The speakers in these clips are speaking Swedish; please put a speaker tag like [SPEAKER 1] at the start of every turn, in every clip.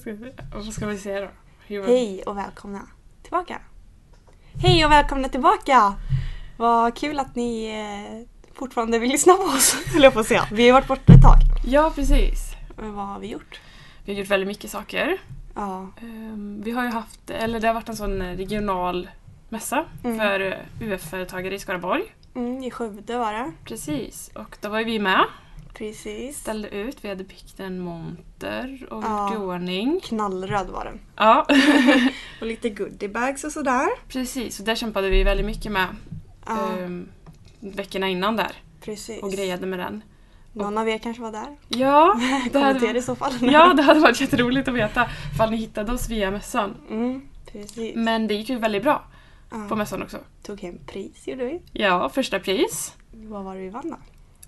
[SPEAKER 1] ska vi, vad ska vi säga då? Hur-
[SPEAKER 2] Hej och välkomna tillbaka! Hej och välkomna tillbaka! Vad kul att ni eh, fortfarande vill lyssna på oss, höll jag på att säga. Vi har ju varit borta ett tag.
[SPEAKER 1] Ja, precis.
[SPEAKER 2] Men vad har vi gjort?
[SPEAKER 1] Vi har gjort väldigt mycket saker.
[SPEAKER 2] Ja,
[SPEAKER 1] Ehm, Vi har ju haft, eller det har varit en sån eh, regional mässa
[SPEAKER 2] Mm.
[SPEAKER 1] för eh, UF-företagare i Skaraborg.
[SPEAKER 2] mm, i Skövde var det.
[SPEAKER 1] Precis, och då var ju vi med.
[SPEAKER 2] Precis.
[SPEAKER 1] Ställde ut, vi hade byggt en monter och
[SPEAKER 2] Ja.
[SPEAKER 1] gjort i ordning.
[SPEAKER 2] Knallröd var den.
[SPEAKER 1] Ja,
[SPEAKER 2] Och lite goodiebags och sådär. Eh,
[SPEAKER 1] precis. Och där kämpade vi väldigt mycket med
[SPEAKER 2] Ja,
[SPEAKER 1] ehm, veckorna innan där
[SPEAKER 2] precis.
[SPEAKER 1] och grejade med den.
[SPEAKER 2] Någon av er kanske var där?
[SPEAKER 1] Ja, det
[SPEAKER 2] Kommentera i
[SPEAKER 1] hade,
[SPEAKER 2] så fall.
[SPEAKER 1] ja, det hade varit jätteroligt att veta ifall ni hittade oss via mässan.
[SPEAKER 2] Mm, precis.
[SPEAKER 1] Men det gick ju väldigt bra på
[SPEAKER 2] Ja,
[SPEAKER 1] mässan också.
[SPEAKER 2] tog hem pris gjorde vi.
[SPEAKER 1] Ja, första pris.
[SPEAKER 2] Vad var det vi vann då?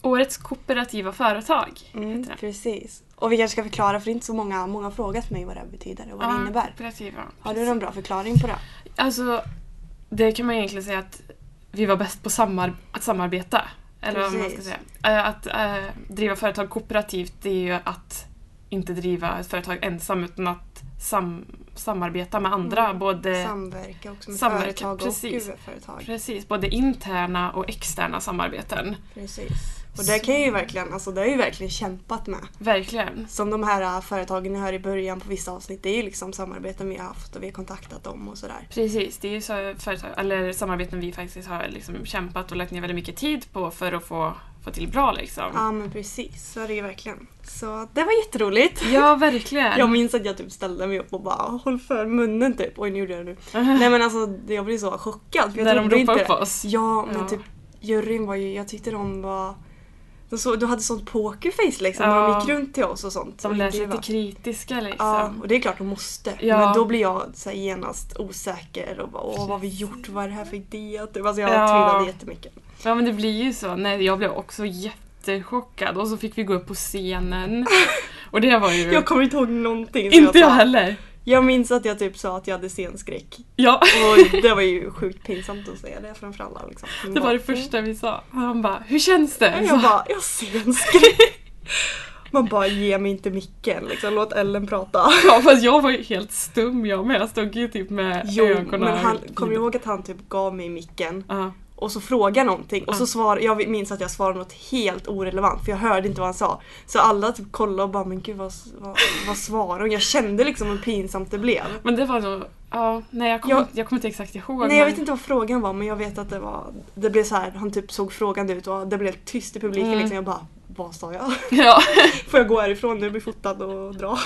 [SPEAKER 1] Årets kooperativa företag.
[SPEAKER 2] Mm,
[SPEAKER 1] heter det.
[SPEAKER 2] precis. Och vi kanske ska förklara för det är inte så många, många har frågat mig vad det här betyder och vad det
[SPEAKER 1] Ja,
[SPEAKER 2] innebär.
[SPEAKER 1] Kooperativa.
[SPEAKER 2] Har du någon bra förklaring på det?
[SPEAKER 1] Alltså, det kan man egentligen säga att vi var bäst på samar- att samarbeta. Eller vad man ska
[SPEAKER 2] Precis.
[SPEAKER 1] säga. Eh, Att eh, driva företag kooperativt det är ju att inte driva ett företag ensam utan att sam- samarbeta med andra.
[SPEAKER 2] Mm.
[SPEAKER 1] Både,
[SPEAKER 2] Samverka också med
[SPEAKER 1] samverka,
[SPEAKER 2] företag
[SPEAKER 1] precis.
[SPEAKER 2] och UF-företag.
[SPEAKER 1] precis, både interna och externa samarbeten.
[SPEAKER 2] Precis. Och det
[SPEAKER 1] Så-
[SPEAKER 2] kan jag ju verkligen, alltså det har jag ju verkligen kämpat med.
[SPEAKER 1] Verkligen.
[SPEAKER 2] Som de här äh, företagen ni hör i början på vissa avsnitt, det är ju liksom samarbeten vi har haft och vi har kontaktat dem och sådär.
[SPEAKER 1] Precis, det är ju så företag, eller samarbeten vi faktiskt har liksom kämpat och lagt ner väldigt mycket tid på för att få, få till bra liksom.
[SPEAKER 2] Ja men precis, så är det ju verkligen. Så det var jätteroligt.
[SPEAKER 1] Ja, verkligen.
[SPEAKER 2] Jag minns att jag typ ställde mig upp och bara håll för munnen typ. Oj nu gjorde jag det nu. Nej men alltså jag blev så chockad. För jag
[SPEAKER 1] När de
[SPEAKER 2] trodde inte
[SPEAKER 1] ropade upp
[SPEAKER 2] det.
[SPEAKER 1] oss.
[SPEAKER 2] Ja men
[SPEAKER 1] Ja.
[SPEAKER 2] typ juryn var ju, jag tyckte de var de, så, de hade sånt pokerface liksom när
[SPEAKER 1] Ja.
[SPEAKER 2] de gick runt till oss och sånt.
[SPEAKER 1] De
[SPEAKER 2] Och
[SPEAKER 1] lät
[SPEAKER 2] det
[SPEAKER 1] lite
[SPEAKER 2] var-
[SPEAKER 1] kritiska liksom.
[SPEAKER 2] Ja, och det är klart de måste.
[SPEAKER 1] Ja.
[SPEAKER 2] Men då blir jag så här genast osäker och bara åh vad har vi gjort, vad är det här för idé? Typ, Alltså jag
[SPEAKER 1] Ja.
[SPEAKER 2] tvivlade jättemycket.
[SPEAKER 1] Ja men det blir ju så. Nej, jag blev också jättechockad och så fick vi gå upp på scenen. Och det var ju...
[SPEAKER 2] Jag kommer inte ihåg någonting. så
[SPEAKER 1] inte jag
[SPEAKER 2] sa-
[SPEAKER 1] heller!
[SPEAKER 2] Jag minns att jag typ sa att jag hade scenskräck.
[SPEAKER 1] Ja,
[SPEAKER 2] Och det var ju sjukt pinsamt att säga det framför alla. Liksom. Men
[SPEAKER 1] det var
[SPEAKER 2] bara,
[SPEAKER 1] det första vi sa. Och han bara, hur känns det?
[SPEAKER 2] "Mm." Jag
[SPEAKER 1] Så,
[SPEAKER 2] bara, jag ser en skräck. Man bara, ge mig inte micken liksom. Låt Ellen prata.
[SPEAKER 1] ja, fast jag var ju helt stum jag med. Jag stod ju typ med
[SPEAKER 2] Jo,
[SPEAKER 1] ögonen...
[SPEAKER 2] men han, kommer du ihåg att han typ gav mig micken?
[SPEAKER 1] Ja.
[SPEAKER 2] och så frågar någonting och
[SPEAKER 1] Ja.
[SPEAKER 2] så svarar, jag minns att jag svarade något helt orelevant för jag hörde inte vad han sa. Så alla typ kollade och bara men gud vad, vad, vad svarar hon? Jag kände liksom hur pinsamt det blev.
[SPEAKER 1] Men det var nog... Ja, nej jag kommer
[SPEAKER 2] Jag-
[SPEAKER 1] jag... jag kommer inte exakt ihåg.
[SPEAKER 2] Nej jag
[SPEAKER 1] men-
[SPEAKER 2] vet inte vad frågan var men jag vet att det var, det blev så här, han typ såg frågande ut och det blev tyst i publiken
[SPEAKER 1] Mm.
[SPEAKER 2] liksom. Jag bara vad sa jag?
[SPEAKER 1] Ja,
[SPEAKER 2] Får jag gå härifrån nu, bli fotad och dra?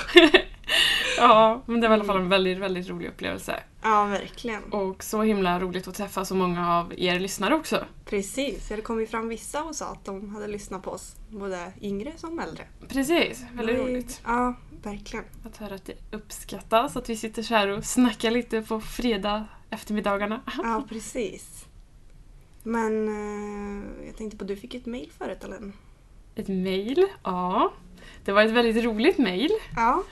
[SPEAKER 1] ja, men det var i alla fall en väldigt, väldigt rolig upplevelse.
[SPEAKER 2] Ja verkligen.
[SPEAKER 1] Och så himla roligt att träffa så många av er lyssnare också.
[SPEAKER 2] Precis, ja, det kom ju fram vissa och sa att de hade lyssnat på oss, både yngre som äldre.
[SPEAKER 1] Precis, väldigt
[SPEAKER 2] Det var ju-
[SPEAKER 1] roligt.
[SPEAKER 2] Ja, verkligen.
[SPEAKER 1] Att höra att det uppskattas att vi sitter så här och snackar lite på fredag eftermiddagarna.
[SPEAKER 2] Ja, precis. Men eh, jag tänkte på, du fick ett mejl förut eller?
[SPEAKER 1] Ett mejl, ja. Det var ett väldigt roligt mejl.
[SPEAKER 2] Ja.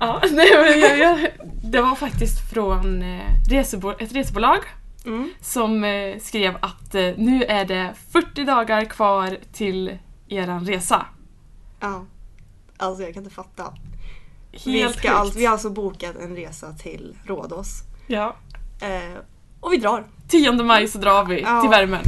[SPEAKER 1] Ja, nej, men jag, jag, det var faktiskt från eh, resebo- ett resebolag
[SPEAKER 2] Mm.
[SPEAKER 1] som eh, skrev att eh, nu är det 40 dagar kvar till eran resa.
[SPEAKER 2] ja. Alltså jag kan inte fatta.
[SPEAKER 1] Helt
[SPEAKER 2] Vi, ska
[SPEAKER 1] sjukt.
[SPEAKER 2] allt, vi har alltså bokat en resa till Rhodos.
[SPEAKER 1] Ja.
[SPEAKER 2] Eh, och vi drar.
[SPEAKER 1] 10 maj så drar vi
[SPEAKER 2] Ja.
[SPEAKER 1] till värmen.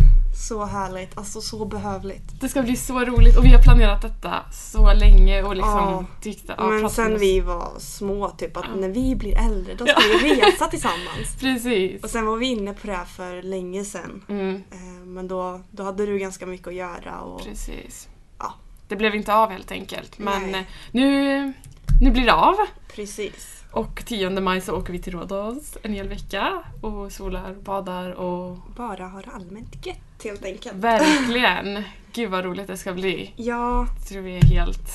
[SPEAKER 2] Så härligt, alltså så behövligt.
[SPEAKER 1] Det ska bli så roligt och vi har planerat detta så länge och liksom
[SPEAKER 2] Ja.
[SPEAKER 1] tyckte... ja,
[SPEAKER 2] Men
[SPEAKER 1] pratat
[SPEAKER 2] sen
[SPEAKER 1] med-
[SPEAKER 2] vi var små, typ att
[SPEAKER 1] Ja.
[SPEAKER 2] när vi blir äldre då ska
[SPEAKER 1] Ja.
[SPEAKER 2] vi resa tillsammans.
[SPEAKER 1] Precis.
[SPEAKER 2] Och sen var vi inne på det här för länge sen.
[SPEAKER 1] Mm,
[SPEAKER 2] Eh, men då, då hade du ganska mycket att göra och
[SPEAKER 1] precis.
[SPEAKER 2] Ja.
[SPEAKER 1] Det blev inte av helt enkelt men
[SPEAKER 2] Nej.
[SPEAKER 1] eh, nu, nu blir det av.
[SPEAKER 2] precis.
[SPEAKER 1] Och 10 maj så åker vi till Rhodos en hel vecka och solar, badar och
[SPEAKER 2] Bara ha det allmänt gött helt enkelt.
[SPEAKER 1] verkligen, gud vad roligt det ska bli.
[SPEAKER 2] Ja,
[SPEAKER 1] Jag tror vi är helt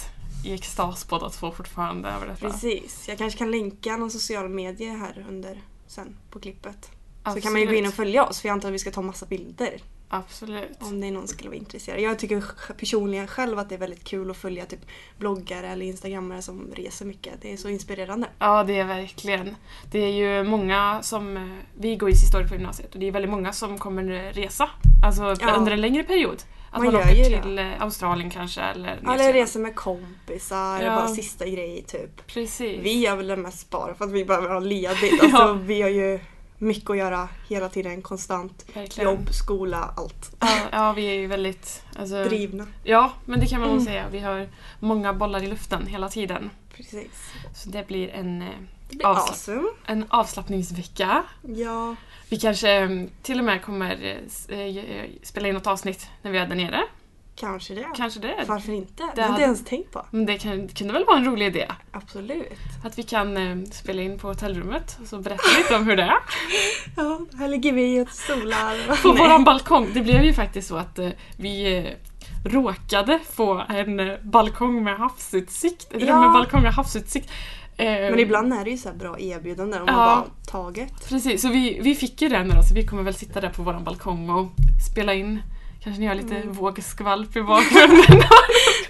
[SPEAKER 1] i extas båda två fortfarande över detta.
[SPEAKER 2] Precis. Jag kanske kan länka någon social medie här under sen på klippet. Så
[SPEAKER 1] Absolut.
[SPEAKER 2] kan man ju gå in och följa oss för jag antar att vi ska ta massa bilder
[SPEAKER 1] Absolut.
[SPEAKER 2] om det är någon som skulle vara intresserad. Jag tycker sj- personligen själv att det är väldigt kul att följa typ bloggare eller instagrammare som reser mycket. Det är så inspirerande.
[SPEAKER 1] Ja, det är verkligen. Det är ju många som... eh, Vi går ju sist år på gymnasiet och det är väldigt många som kommer resa. Alltså
[SPEAKER 2] Ja.
[SPEAKER 1] under en längre period. Att
[SPEAKER 2] Man
[SPEAKER 1] man,
[SPEAKER 2] gör
[SPEAKER 1] åker
[SPEAKER 2] ju det.
[SPEAKER 1] till eh, Australien kanske eller Nya
[SPEAKER 2] Eller
[SPEAKER 1] Zeeland.
[SPEAKER 2] resa med kompisar,
[SPEAKER 1] Ja.
[SPEAKER 2] bara sista grej typ.
[SPEAKER 1] Precis.
[SPEAKER 2] Vi gör väl det mest bara för att vi behöver ha ledigt. Alltså,
[SPEAKER 1] Ja.
[SPEAKER 2] Vi har ju mycket att göra hela tiden, konstant.
[SPEAKER 1] Verkligen.
[SPEAKER 2] Jobb, skola, allt.
[SPEAKER 1] Ja, ja, vi är ju väldigt... Alltså,
[SPEAKER 2] Drivna.
[SPEAKER 1] ja, men det kan man nog
[SPEAKER 2] Mm.
[SPEAKER 1] säga. Vi har många bollar i luften hela tiden.
[SPEAKER 2] Precis.
[SPEAKER 1] Så det blir en, eh,
[SPEAKER 2] Det blir
[SPEAKER 1] Avslapp-
[SPEAKER 2] awesome.
[SPEAKER 1] en avslappningsvecka.
[SPEAKER 2] Ja,
[SPEAKER 1] Vi kanske eh, till och med kommer eh, s- eh, spela in något avsnitt när vi är där nere.
[SPEAKER 2] kanske det.
[SPEAKER 1] Kanske det.
[SPEAKER 2] Varför inte? Det, hade
[SPEAKER 1] Det
[SPEAKER 2] jag
[SPEAKER 1] hade-
[SPEAKER 2] inte ens tänkt på.
[SPEAKER 1] Men det, kan, det kunde väl vara en rolig idé?
[SPEAKER 2] Absolut.
[SPEAKER 1] Att vi kan eh, spela in på hotellrummet och så berätta lite om hur det är.
[SPEAKER 2] Ja, här ligger vi och solar.
[SPEAKER 1] På
[SPEAKER 2] Nej.
[SPEAKER 1] våran balkong. Det blev ju faktiskt så att eh, vi eh, råkade få en eh, balkong med havsutsikt. Ett
[SPEAKER 2] Ja.
[SPEAKER 1] rum med balkong med havsutsikt. Eh,
[SPEAKER 2] Men ibland är det ju så här bra erbjudanden om man
[SPEAKER 1] Ja.
[SPEAKER 2] bara taget.
[SPEAKER 1] Precis, så vi, vi fick ju den med oss. Vi kommer väl sitta där på våran balkong och spela in. Kanske ni har lite
[SPEAKER 2] Mm.
[SPEAKER 1] vågskvalp i bakgrunden.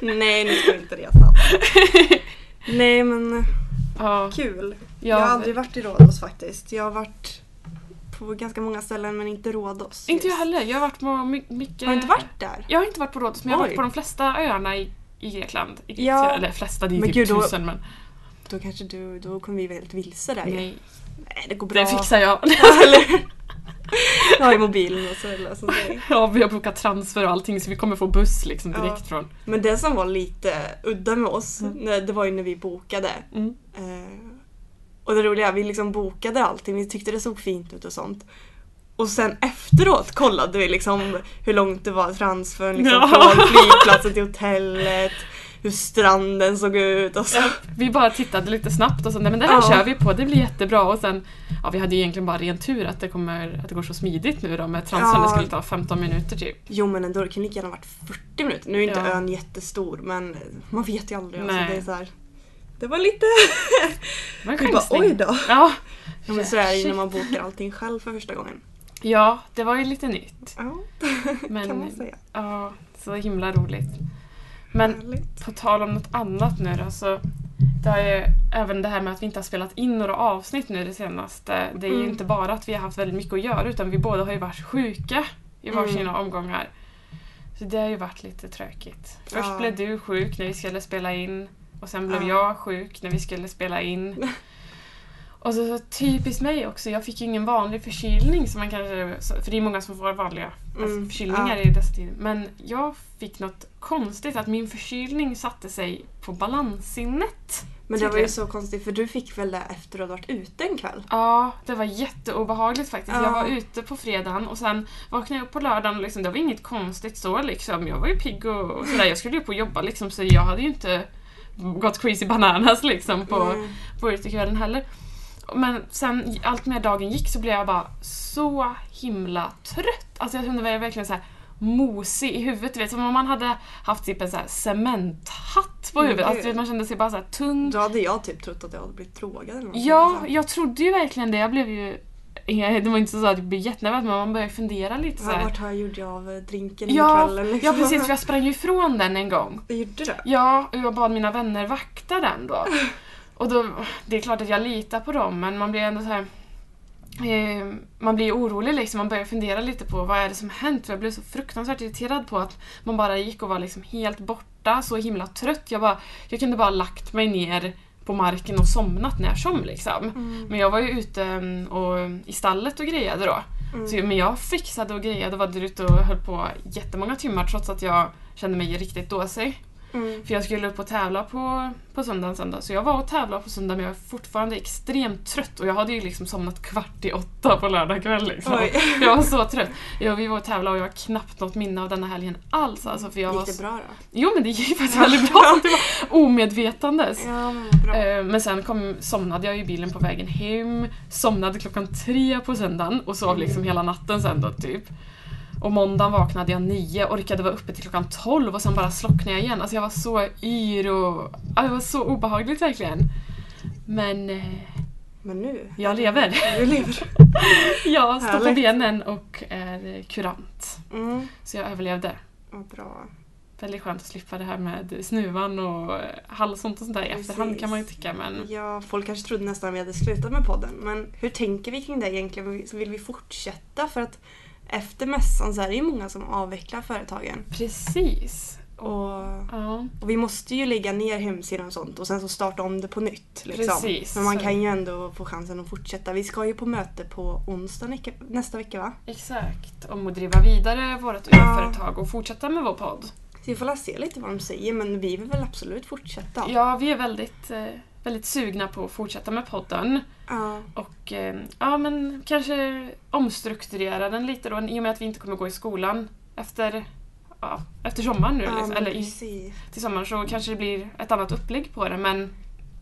[SPEAKER 2] Nej, nu ska vi inte resa. Nej, men eh,
[SPEAKER 1] ja,
[SPEAKER 2] kul. Jag har
[SPEAKER 1] ja,
[SPEAKER 2] aldrig varit i Rhodos faktiskt. Jag har varit på ganska många ställen men inte Rhodos.
[SPEAKER 1] inte jag
[SPEAKER 2] just.
[SPEAKER 1] heller. Jag har varit på my- mycket...
[SPEAKER 2] Har du inte varit där?
[SPEAKER 1] Jag har inte varit på Rhodos, men jag har
[SPEAKER 2] Oj.
[SPEAKER 1] varit på de flesta öarna i, i Grekland. I
[SPEAKER 2] Ja.
[SPEAKER 1] Grekland, Eller flesta, det är
[SPEAKER 2] Men
[SPEAKER 1] typ
[SPEAKER 2] gud, då-
[SPEAKER 1] tusen men...
[SPEAKER 2] Då kanske du, då kommer vi väldigt vilse där ju.
[SPEAKER 1] Nej,
[SPEAKER 2] Nej, det går bra.
[SPEAKER 1] det fixar jag.
[SPEAKER 2] Eller? Jag har ju mobilen och så det löser sig.
[SPEAKER 1] Ja, vi har bokat transfer och allting så vi kommer få buss liksom
[SPEAKER 2] Ja.
[SPEAKER 1] direkt från...
[SPEAKER 2] Men det som var lite udda med oss, när- det var ju när vi bokade.
[SPEAKER 1] Mm.
[SPEAKER 2] Eh, och det roliga, vi liksom bokade allting, vi tyckte det såg fint ut och sånt. Och sen efteråt kollade vi liksom hur långt det var transfern liksom,
[SPEAKER 1] Ja.
[SPEAKER 2] från flygplatsen till hotellet, hur stranden såg ut och så.
[SPEAKER 1] Vi bara tittade lite snabbt och så, nej men det här
[SPEAKER 2] Ja.
[SPEAKER 1] kör vi på, det blir jättebra och sen... Ja, vi hade ju egentligen bara ren tur att det, kommer, att det går så smidigt nu då med transfern,
[SPEAKER 2] Ja.
[SPEAKER 1] det skulle ta 15 minuter typ.
[SPEAKER 2] Jo men ändå, det kunde lika gärna varit 40 minuter. Nu är inte
[SPEAKER 1] Ja.
[SPEAKER 2] ön jättestor men man vet ju aldrig. Alltså,
[SPEAKER 1] Nej.
[SPEAKER 2] det, är så här, det var lite...
[SPEAKER 1] Det var en
[SPEAKER 2] Vi bara,
[SPEAKER 1] chansning.
[SPEAKER 2] oj då.
[SPEAKER 1] Ja.
[SPEAKER 2] Ja, men så är det ju när man bokar allting själv för första gången.
[SPEAKER 1] ja, det var ju lite nytt.
[SPEAKER 2] Ja,
[SPEAKER 1] Men,
[SPEAKER 2] kan man säga.
[SPEAKER 1] Ja, så himla roligt. Men
[SPEAKER 2] Härligt.
[SPEAKER 1] På tal om något annat nu då, så det har ju även det här med att vi inte har spelat in några avsnitt nu det senaste. Det är ju
[SPEAKER 2] Mm.
[SPEAKER 1] inte bara att vi har haft väldigt mycket att göra utan vi båda har ju varit sjuka i
[SPEAKER 2] Mm.
[SPEAKER 1] varsina omgångar. Så det har ju varit lite tråkigt. Först
[SPEAKER 2] Ja.
[SPEAKER 1] blev du sjuk när vi skulle spela in och sen blev
[SPEAKER 2] Ja.
[SPEAKER 1] jag sjuk när vi skulle spela in. Och så, så typiskt mig också, jag fick ju ingen vanlig förkylning som man kanske... så- För det är många som får vanliga
[SPEAKER 2] Mm,
[SPEAKER 1] alltså, förkylningar i dessa tider. Men jag fick något konstigt, att min förkylning satte sig på balanssinnet.
[SPEAKER 2] Men det var ju
[SPEAKER 1] tydligen.
[SPEAKER 2] så konstigt för du fick väl det efter att ha varit ute en kväll?
[SPEAKER 1] Ja, det var jätteobehagligt faktiskt.
[SPEAKER 2] Ja.
[SPEAKER 1] Jag var ute på fredagen och sen vaknade jag upp på lördagen och liksom, det var inget konstigt så liksom. Jag var ju pigg och, och sådär. Jag skulle ju upp och jobba liksom så jag hade ju inte gått crazy bananas liksom på,
[SPEAKER 2] Mm.
[SPEAKER 1] på utekvällen heller. Men sen allt mer dagen gick så blev jag bara så himla trött. Alltså jag kände mig verkligen så här mosig i huvudet. Du vet, som om man hade haft typ en så här cementhatt på
[SPEAKER 2] Men
[SPEAKER 1] huvudet. Alltså,
[SPEAKER 2] gud.
[SPEAKER 1] du vet, man kände sig bara så här tung.
[SPEAKER 2] Då hade jag typ trott att jag hade blivit drogad eller någonting. liksom.
[SPEAKER 1] Ja, jag trodde ju verkligen det. Jag blev ju... Det var inte så att jag blev jättenervös men man började fundera lite så
[SPEAKER 2] Vad-
[SPEAKER 1] här.
[SPEAKER 2] Vart har jag gjort av eh, drinken
[SPEAKER 1] Ja,
[SPEAKER 2] den kvällen? liksom.
[SPEAKER 1] ja precis, för jag sprang ju ifrån den en gång.
[SPEAKER 2] Vad gjorde du?
[SPEAKER 1] Ja, och jag bad mina vänner vakta den då. Och då, det är klart att jag litar på dem men man blir ändå så här... Eh, man blir orolig liksom, man börjar fundera lite på vad är det som har hänt? För jag blev så fruktansvärt irriterad på att man bara gick och var liksom helt borta, så himla trött. Jag, bara, jag kunde bara ha lagt mig ner på marken och somnat när som liksom.
[SPEAKER 2] Mm.
[SPEAKER 1] Men jag var ju ute mm, och, i stallet och grejade då. Så, men jag fixade och grejade och var där ute och höll på jättemånga timmar trots att jag kände mig riktigt dåsig.
[SPEAKER 2] Mm.
[SPEAKER 1] För jag skulle upp och tävla på, på söndagen sen då. Så jag var och tävlade på söndag men jag är fortfarande extremt trött och jag hade ju liksom somnat kvart i åtta på lördag kväll liksom.
[SPEAKER 2] Oj.
[SPEAKER 1] Jag var så trött. Jag, vi var och tävlade och jag har knappt något minne av denna helgen alls. Alltså, för jag var
[SPEAKER 2] Gick det
[SPEAKER 1] så-
[SPEAKER 2] bra då?
[SPEAKER 1] Jo men det gick faktiskt väldigt bra. Det var omedvetandes.
[SPEAKER 2] Ja, men vad bra.
[SPEAKER 1] Eh, Men sen kom, somnade jag i bilen på vägen hem, somnade klockan tre på söndagen och sov liksom hela natten sen då typ. Och måndagen vaknade jag nio, orkade vara uppe till klockan tolv och sen bara slocknade jag igen. Alltså jag var så yr och... ja, Det var så obehagligt verkligen. Men eh,
[SPEAKER 2] Men nu?
[SPEAKER 1] jag lever.
[SPEAKER 2] Du lever.
[SPEAKER 1] Jag står på
[SPEAKER 2] Härligt.
[SPEAKER 1] benen och är kurant.
[SPEAKER 2] Mm.
[SPEAKER 1] Så jag överlevde.
[SPEAKER 2] Vad bra.
[SPEAKER 1] Väldigt skönt att slippa det här med snuvan och eh, halsont och sånt där i efterhand kan man ju
[SPEAKER 2] Precis.
[SPEAKER 1] tycka men...
[SPEAKER 2] Ja, folk kanske trodde nästan att vi hade slutat med podden. Men hur tänker vi kring det egentligen? Vill vi fortsätta? För att efter mässan så är det ju många som avvecklar företagen.
[SPEAKER 1] Precis.
[SPEAKER 2] Och
[SPEAKER 1] Ja.
[SPEAKER 2] Och vi måste ju lägga ner hemsidan och sånt och sen så starta om det på nytt. Liksom.
[SPEAKER 1] Precis.
[SPEAKER 2] Men man kan ju ändå få chansen att fortsätta. Vi ska ju på möte på onsdag nä- nästa vecka va?
[SPEAKER 1] Exakt. Om att driva vidare vårt UF-företag och fortsätta med vår podd.
[SPEAKER 2] Så vi får la se lite vad de säger men vi vill väl absolut fortsätta.
[SPEAKER 1] Ja, vi är väldigt, eh, väldigt sugna på att fortsätta med podden.
[SPEAKER 2] Ja.
[SPEAKER 1] Och eh, ja, men kanske omstrukturera den lite då i och med att vi inte kommer gå i skolan efter, ja, efter sommaren nu.
[SPEAKER 2] Ja,
[SPEAKER 1] liksom.
[SPEAKER 2] men
[SPEAKER 1] Eller i,
[SPEAKER 2] precis.
[SPEAKER 1] till sommaren så kanske det blir ett annat upplägg på det men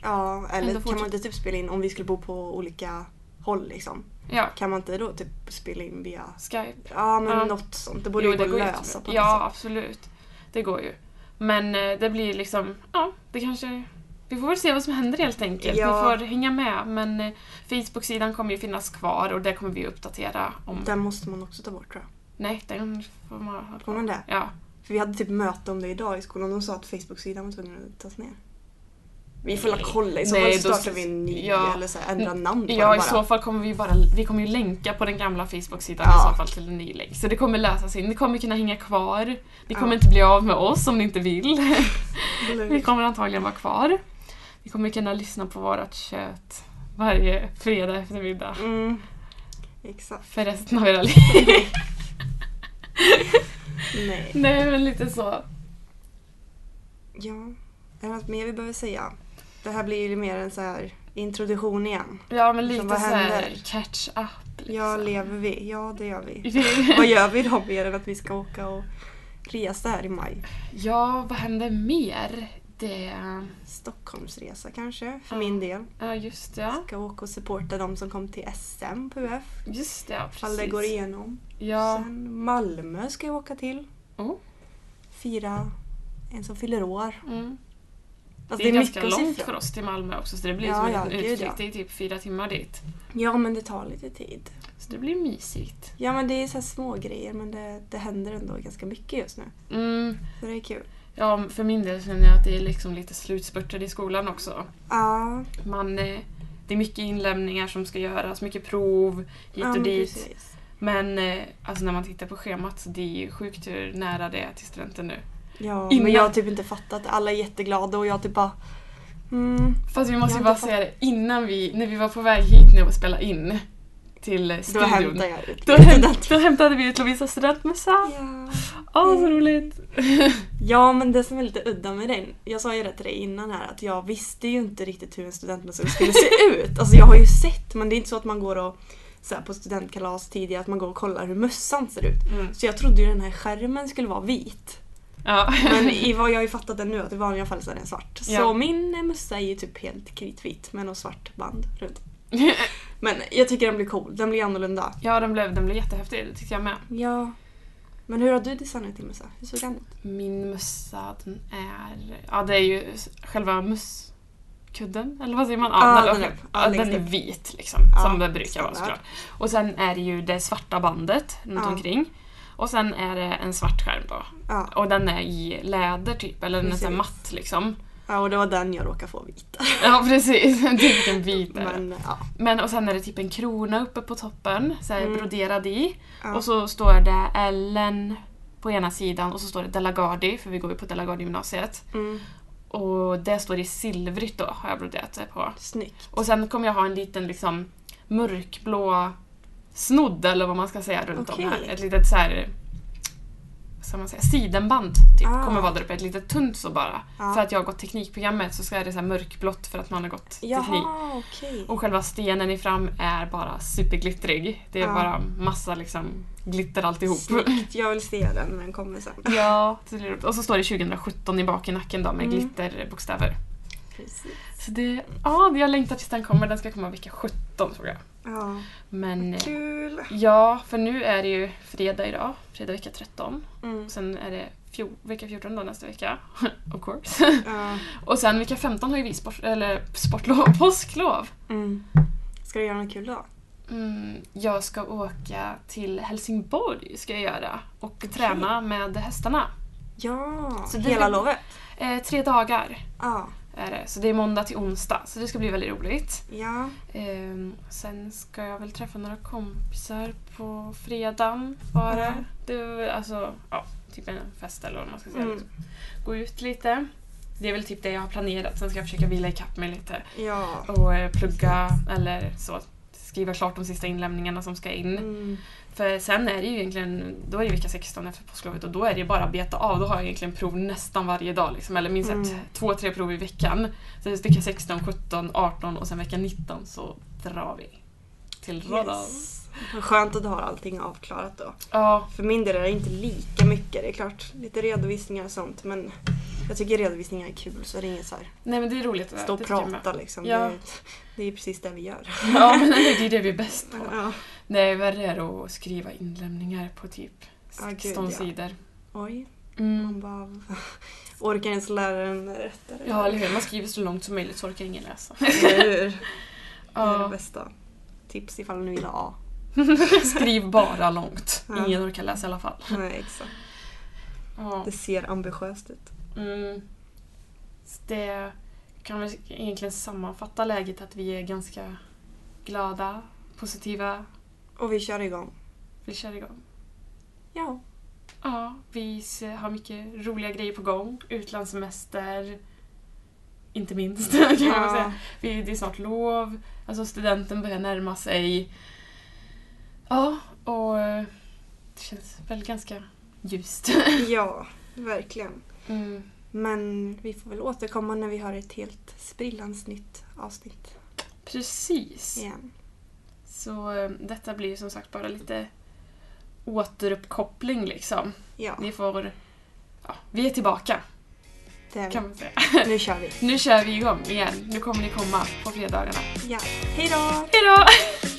[SPEAKER 2] Ja, eller kan
[SPEAKER 1] Ändå
[SPEAKER 2] man
[SPEAKER 1] fortsätta.
[SPEAKER 2] inte typ spela in om vi skulle bo på olika håll liksom?
[SPEAKER 1] ja,
[SPEAKER 2] Kan man inte då typ spela in via...
[SPEAKER 1] Skype.
[SPEAKER 2] Ja men
[SPEAKER 1] Ja.
[SPEAKER 2] något sånt. Det borde ju gå att
[SPEAKER 1] ju
[SPEAKER 2] lösa
[SPEAKER 1] jättebra.
[SPEAKER 2] på något
[SPEAKER 1] Ja,
[SPEAKER 2] sätt.
[SPEAKER 1] absolut. Det går ju. Men eh, det blir liksom, ja, det kanske... Vi får väl se vad som händer helt enkelt.
[SPEAKER 2] Ja.
[SPEAKER 1] Ni får hänga med. Men eh, Facebook-sidan kommer ju finnas kvar och det kommer vi uppdatera om.
[SPEAKER 2] Den måste man också ta bort tror jag.
[SPEAKER 1] Nej, den får man ha
[SPEAKER 2] Får
[SPEAKER 1] kvar.
[SPEAKER 2] man det?
[SPEAKER 1] Ja.
[SPEAKER 2] För vi hade typ möte om det idag i skolan och de sa att Facebook-sidan var tvungen att tas ner. Vi får väl kolla, i så fall
[SPEAKER 1] Nej, då-
[SPEAKER 2] startar vi en ny
[SPEAKER 1] ja. Mm.
[SPEAKER 2] eller så här, ändra namn på
[SPEAKER 1] Ja,
[SPEAKER 2] den
[SPEAKER 1] i
[SPEAKER 2] bara.
[SPEAKER 1] så fall kommer vi bara... Vi kommer ju länka på den gamla Facebook-sidan
[SPEAKER 2] Ja.
[SPEAKER 1] i så fall till en ny länk. Så det kommer lösa sig. Ni kommer kunna hänga kvar. Ni
[SPEAKER 2] Ja.
[SPEAKER 1] kommer inte bli av med oss om ni inte vill.
[SPEAKER 2] Eller hur?
[SPEAKER 1] Vi kommer antagligen vara kvar. Ni kommer kunna lyssna på vårat kött varje fredag eftermiddag
[SPEAKER 2] Mm. Exakt.
[SPEAKER 1] för resten av era liv.
[SPEAKER 2] Nej.
[SPEAKER 1] Nej, men lite så.
[SPEAKER 2] Ja. Är det något mer vi behöver säga? Det här blir ju mer en så här introduktion igen.
[SPEAKER 1] Ja, men
[SPEAKER 2] Så
[SPEAKER 1] lite så
[SPEAKER 2] vad
[SPEAKER 1] här
[SPEAKER 2] händer?
[SPEAKER 1] catch up. Liksom.
[SPEAKER 2] Ja, lever vi? Ja, det gör vi. Vad
[SPEAKER 1] Vi-
[SPEAKER 2] gör vi då mer än att vi ska åka och resa här i maj?
[SPEAKER 1] ja, vad händer mer? Det...
[SPEAKER 2] Stockholmsresa kanske, för
[SPEAKER 1] Ja.
[SPEAKER 2] min del.
[SPEAKER 1] Ja, just det.
[SPEAKER 2] Ska åka och supporta de som kom till SM på UF.
[SPEAKER 1] Just det, ja, precis.
[SPEAKER 2] Ifall det går igenom.
[SPEAKER 1] Ja.
[SPEAKER 2] Sen Malmö ska jag åka till.
[SPEAKER 1] Oh.
[SPEAKER 2] Fira en som fyller år.
[SPEAKER 1] Mm.
[SPEAKER 2] Alltså,
[SPEAKER 1] det är, ganska
[SPEAKER 2] mycket att se
[SPEAKER 1] långt
[SPEAKER 2] fram-
[SPEAKER 1] för oss till Malmö också så det blir
[SPEAKER 2] Ja,
[SPEAKER 1] som en
[SPEAKER 2] ja,
[SPEAKER 1] liten
[SPEAKER 2] gud,
[SPEAKER 1] utflykt.
[SPEAKER 2] ja.
[SPEAKER 1] Det är typ fyra timmar dit.
[SPEAKER 2] Ja men det tar lite tid.
[SPEAKER 1] Så det blir mysigt.
[SPEAKER 2] Ja men det är så här små grejer men det, det händer ändå ganska mycket just nu.
[SPEAKER 1] Mm.
[SPEAKER 2] Så det är kul.
[SPEAKER 1] Ja, för min del känner jag att det är liksom lite slutspurtad i skolan också.
[SPEAKER 2] Ja,
[SPEAKER 1] Man, eh, det är mycket inlämningar som ska göras, mycket prov hit
[SPEAKER 2] ja
[SPEAKER 1] och
[SPEAKER 2] men
[SPEAKER 1] dit.
[SPEAKER 2] precis.
[SPEAKER 1] Men eh, alltså när man tittar på schemat så det är ju sjukt hur nära det är till studenten nu.
[SPEAKER 2] Ja,
[SPEAKER 1] Innan-
[SPEAKER 2] men jag har typ inte fattat. Alla är jätteglada och jag typ bara... Mm,
[SPEAKER 1] Fast vi måste
[SPEAKER 2] Jag
[SPEAKER 1] ju
[SPEAKER 2] har
[SPEAKER 1] bara
[SPEAKER 2] inte
[SPEAKER 1] säga det innan vi, när vi var på väg hit nu och spela in till eh,
[SPEAKER 2] då
[SPEAKER 1] studion.
[SPEAKER 2] hämtar jag ut.
[SPEAKER 1] då, hämt, då hämtade vi ut Lovisa studentmössa.
[SPEAKER 2] Ja.
[SPEAKER 1] Åh, så roligt!
[SPEAKER 2] ja men det som är lite udda med den. Jag sa ju det till dig innan här att jag visste ju inte riktigt hur en studentmuseum skulle se ut. Alltså jag har ju sett men det är inte så att man går och så här, på studentkalas tidigare att man går och kollar hur mössan ser ut.
[SPEAKER 1] Mm.
[SPEAKER 2] Så jag trodde ju den här skärmen skulle vara vit.
[SPEAKER 1] Ja.
[SPEAKER 2] Men i vad jag har ju fattat det nu att i vanliga fall så är den svart. Så
[SPEAKER 1] Ja.
[SPEAKER 2] min eh, mössa är ju typ helt kritvit med något svart band runt. Men jag tycker den blir cool, den blir annorlunda.
[SPEAKER 1] ja, den blev, den blev jättehäftig, det tyckte jag med.
[SPEAKER 2] Ja. Men hur har du designat din mössa? Hur såg den ut?
[SPEAKER 1] Min mössa den är... Ja det är ju s- själva mösskudden, eller vad säger man?
[SPEAKER 2] Ja,
[SPEAKER 1] den,
[SPEAKER 2] den är-
[SPEAKER 1] är,
[SPEAKER 2] ja,
[SPEAKER 1] ja,
[SPEAKER 2] längst
[SPEAKER 1] den är
[SPEAKER 2] upp.
[SPEAKER 1] vit liksom,
[SPEAKER 2] Ja,
[SPEAKER 1] som det brukar vara
[SPEAKER 2] standard.
[SPEAKER 1] såklart. Och sen är det ju det svarta bandet runt
[SPEAKER 2] Ja.
[SPEAKER 1] omkring. Och sen är det en svart skärm då.
[SPEAKER 2] Ja.
[SPEAKER 1] Och den är i läder typ, eller den är så här
[SPEAKER 2] Precis.
[SPEAKER 1] matt liksom.
[SPEAKER 2] ja, och det var den jag råkade få vit.
[SPEAKER 1] Ja precis, typ en vit är det.
[SPEAKER 2] Men ja.
[SPEAKER 1] Men och sen är det typ en krona uppe på toppen, så här
[SPEAKER 2] Mm.
[SPEAKER 1] broderad i.
[SPEAKER 2] ja.
[SPEAKER 1] Och så står det Ellen på ena sidan och så står det Delagardi, för vi går ju på Delagardi-gymnasiet.
[SPEAKER 2] Mm.
[SPEAKER 1] Och det står i silvrigt då, har jag broderat det på.
[SPEAKER 2] Snyggt.
[SPEAKER 1] Och sen kommer jag ha en liten liksom mörkblå snodd eller vad man ska säga runt
[SPEAKER 2] Okej.
[SPEAKER 1] om här. Ett litet så här vad ska man säga, sidenband typ,
[SPEAKER 2] Ah.
[SPEAKER 1] kommer vara där uppe. Ett litet tunt så bara.
[SPEAKER 2] Ja.
[SPEAKER 1] För att jag har gått teknikprogrammet så ska det så här mörkblått för att man har gått teknik.
[SPEAKER 2] Jaha, okej.
[SPEAKER 1] Och själva stenen i fram är bara superglittrig. Det är
[SPEAKER 2] Ja.
[SPEAKER 1] bara massa liksom glitter alltihop.
[SPEAKER 2] Snyggt, jag vill se den när den kommer sen.
[SPEAKER 1] Ja, så det är roligt. och så står det 2017 i bak i nacken då med
[SPEAKER 2] Mm.
[SPEAKER 1] glitterbokstäver.
[SPEAKER 2] Precis.
[SPEAKER 1] Så det, ja, jag längtar tills den kommer. Den ska komma vecka 17 tror jag.
[SPEAKER 2] Ja. Mm.
[SPEAKER 1] Men eh,
[SPEAKER 2] Kul.
[SPEAKER 1] ja, för nu är det ju fredag idag. Fredag vecka 13.
[SPEAKER 2] Mm.
[SPEAKER 1] Och sen är det fjol, vecka 14 då nästa vecka. of course.
[SPEAKER 2] Ja.
[SPEAKER 1] Och sen vecka 15 har ju vi sport, eller sportlov, påsklov.
[SPEAKER 2] Mm. Ska du göra något kul då?
[SPEAKER 1] Mm, jag ska åka till Helsingborg ska jag göra och träna med hästarna.
[SPEAKER 2] Ja,
[SPEAKER 1] Så det-
[SPEAKER 2] hela lovet?
[SPEAKER 1] Eh, tre dagar.
[SPEAKER 2] Ja.
[SPEAKER 1] Eh, Det är det. Så det är måndag till onsdag, så det ska bli väldigt roligt.
[SPEAKER 2] Ja.
[SPEAKER 1] Ehm, sen ska jag väl träffa några kompisar på fredagen bara.
[SPEAKER 2] Mhm.
[SPEAKER 1] Du, alltså, ja, typ en fest eller vad man ska säga.
[SPEAKER 2] Mm.
[SPEAKER 1] Liksom. Gå ut lite. Det är väl typ det jag har planerat. Sen ska jag försöka vila ikapp mig lite
[SPEAKER 2] Ja.
[SPEAKER 1] och eh, plugga eller så. Skriva klart de sista inlämningarna som ska in.
[SPEAKER 2] Mm.
[SPEAKER 1] För sen är det ju egentligen, då är det vecka 16 efter påsklovet och då är det ju bara att beta av. Då har jag egentligen prov nästan varje dag liksom, eller minst
[SPEAKER 2] Mm.
[SPEAKER 1] ett, två, tre prov i veckan. Så det är vecka 16, 17, 18 och sen vecka 19 så drar vi. Till Rhodos.
[SPEAKER 2] Yes. Vad Skönt att du har allting avklarat då.
[SPEAKER 1] Ja,
[SPEAKER 2] För min del är det inte lika mycket. Det är klart, lite redovisningar och sånt. Men jag tycker redovisningar är kul så det är inget så här
[SPEAKER 1] nej men det är roligt. att-
[SPEAKER 2] stå och
[SPEAKER 1] det tycker jag med.
[SPEAKER 2] prata liksom.
[SPEAKER 1] Ja.
[SPEAKER 2] Det, det är precis det vi gör.
[SPEAKER 1] Ja men nej, det är det vi är bäst på.
[SPEAKER 2] Ja.
[SPEAKER 1] Nej, värre är det att skriva inlämningar på typ
[SPEAKER 2] Ah, gud,
[SPEAKER 1] 16
[SPEAKER 2] ja.
[SPEAKER 1] sidor.
[SPEAKER 2] Oj,
[SPEAKER 1] Mm.
[SPEAKER 2] man bara... Orkar ens läraren rätta det?
[SPEAKER 1] Ja, eller hur. Man skriver så långt som möjligt så orkar ingen läsa.
[SPEAKER 2] Eller hur? Det är det
[SPEAKER 1] Ja.
[SPEAKER 2] bästa. Tips ifall ni vill ha A.
[SPEAKER 1] Skriv bara långt.
[SPEAKER 2] Ja.
[SPEAKER 1] Ingen orkar läsa i alla fall.
[SPEAKER 2] Nej, exakt.
[SPEAKER 1] Ja.
[SPEAKER 2] Det ser ambitiöst ut.
[SPEAKER 1] Mm. Så Det kan väl egentligen sammanfatta läget att vi är ganska glada, positiva.
[SPEAKER 2] Och vi kör igång.
[SPEAKER 1] Vi kör igång.
[SPEAKER 2] Ja.
[SPEAKER 1] Ja, vi s- har mycket roliga grejer på gång. Utlandssemester, inte minst kan man säga. Vi, det är snart lov, alltså studenten börjar närma sig. Ja, och eh, det känns väl ganska ljust.
[SPEAKER 2] ja, verkligen.
[SPEAKER 1] Mm.
[SPEAKER 2] Men vi får väl återkomma när vi har ett helt sprillans nytt avsnitt
[SPEAKER 1] Precis.
[SPEAKER 2] igen.
[SPEAKER 1] Så eh, detta blir ju som sagt bara lite återuppkoppling liksom.
[SPEAKER 2] Ja,
[SPEAKER 1] Ni får... Ja, vi är tillbaka
[SPEAKER 2] det är
[SPEAKER 1] kan man säga.
[SPEAKER 2] vi. Nu kör vi.
[SPEAKER 1] Nu kör vi igång igen. Nu kommer ni komma på fredagarna.
[SPEAKER 2] Ja. Hej då!
[SPEAKER 1] Hejdå!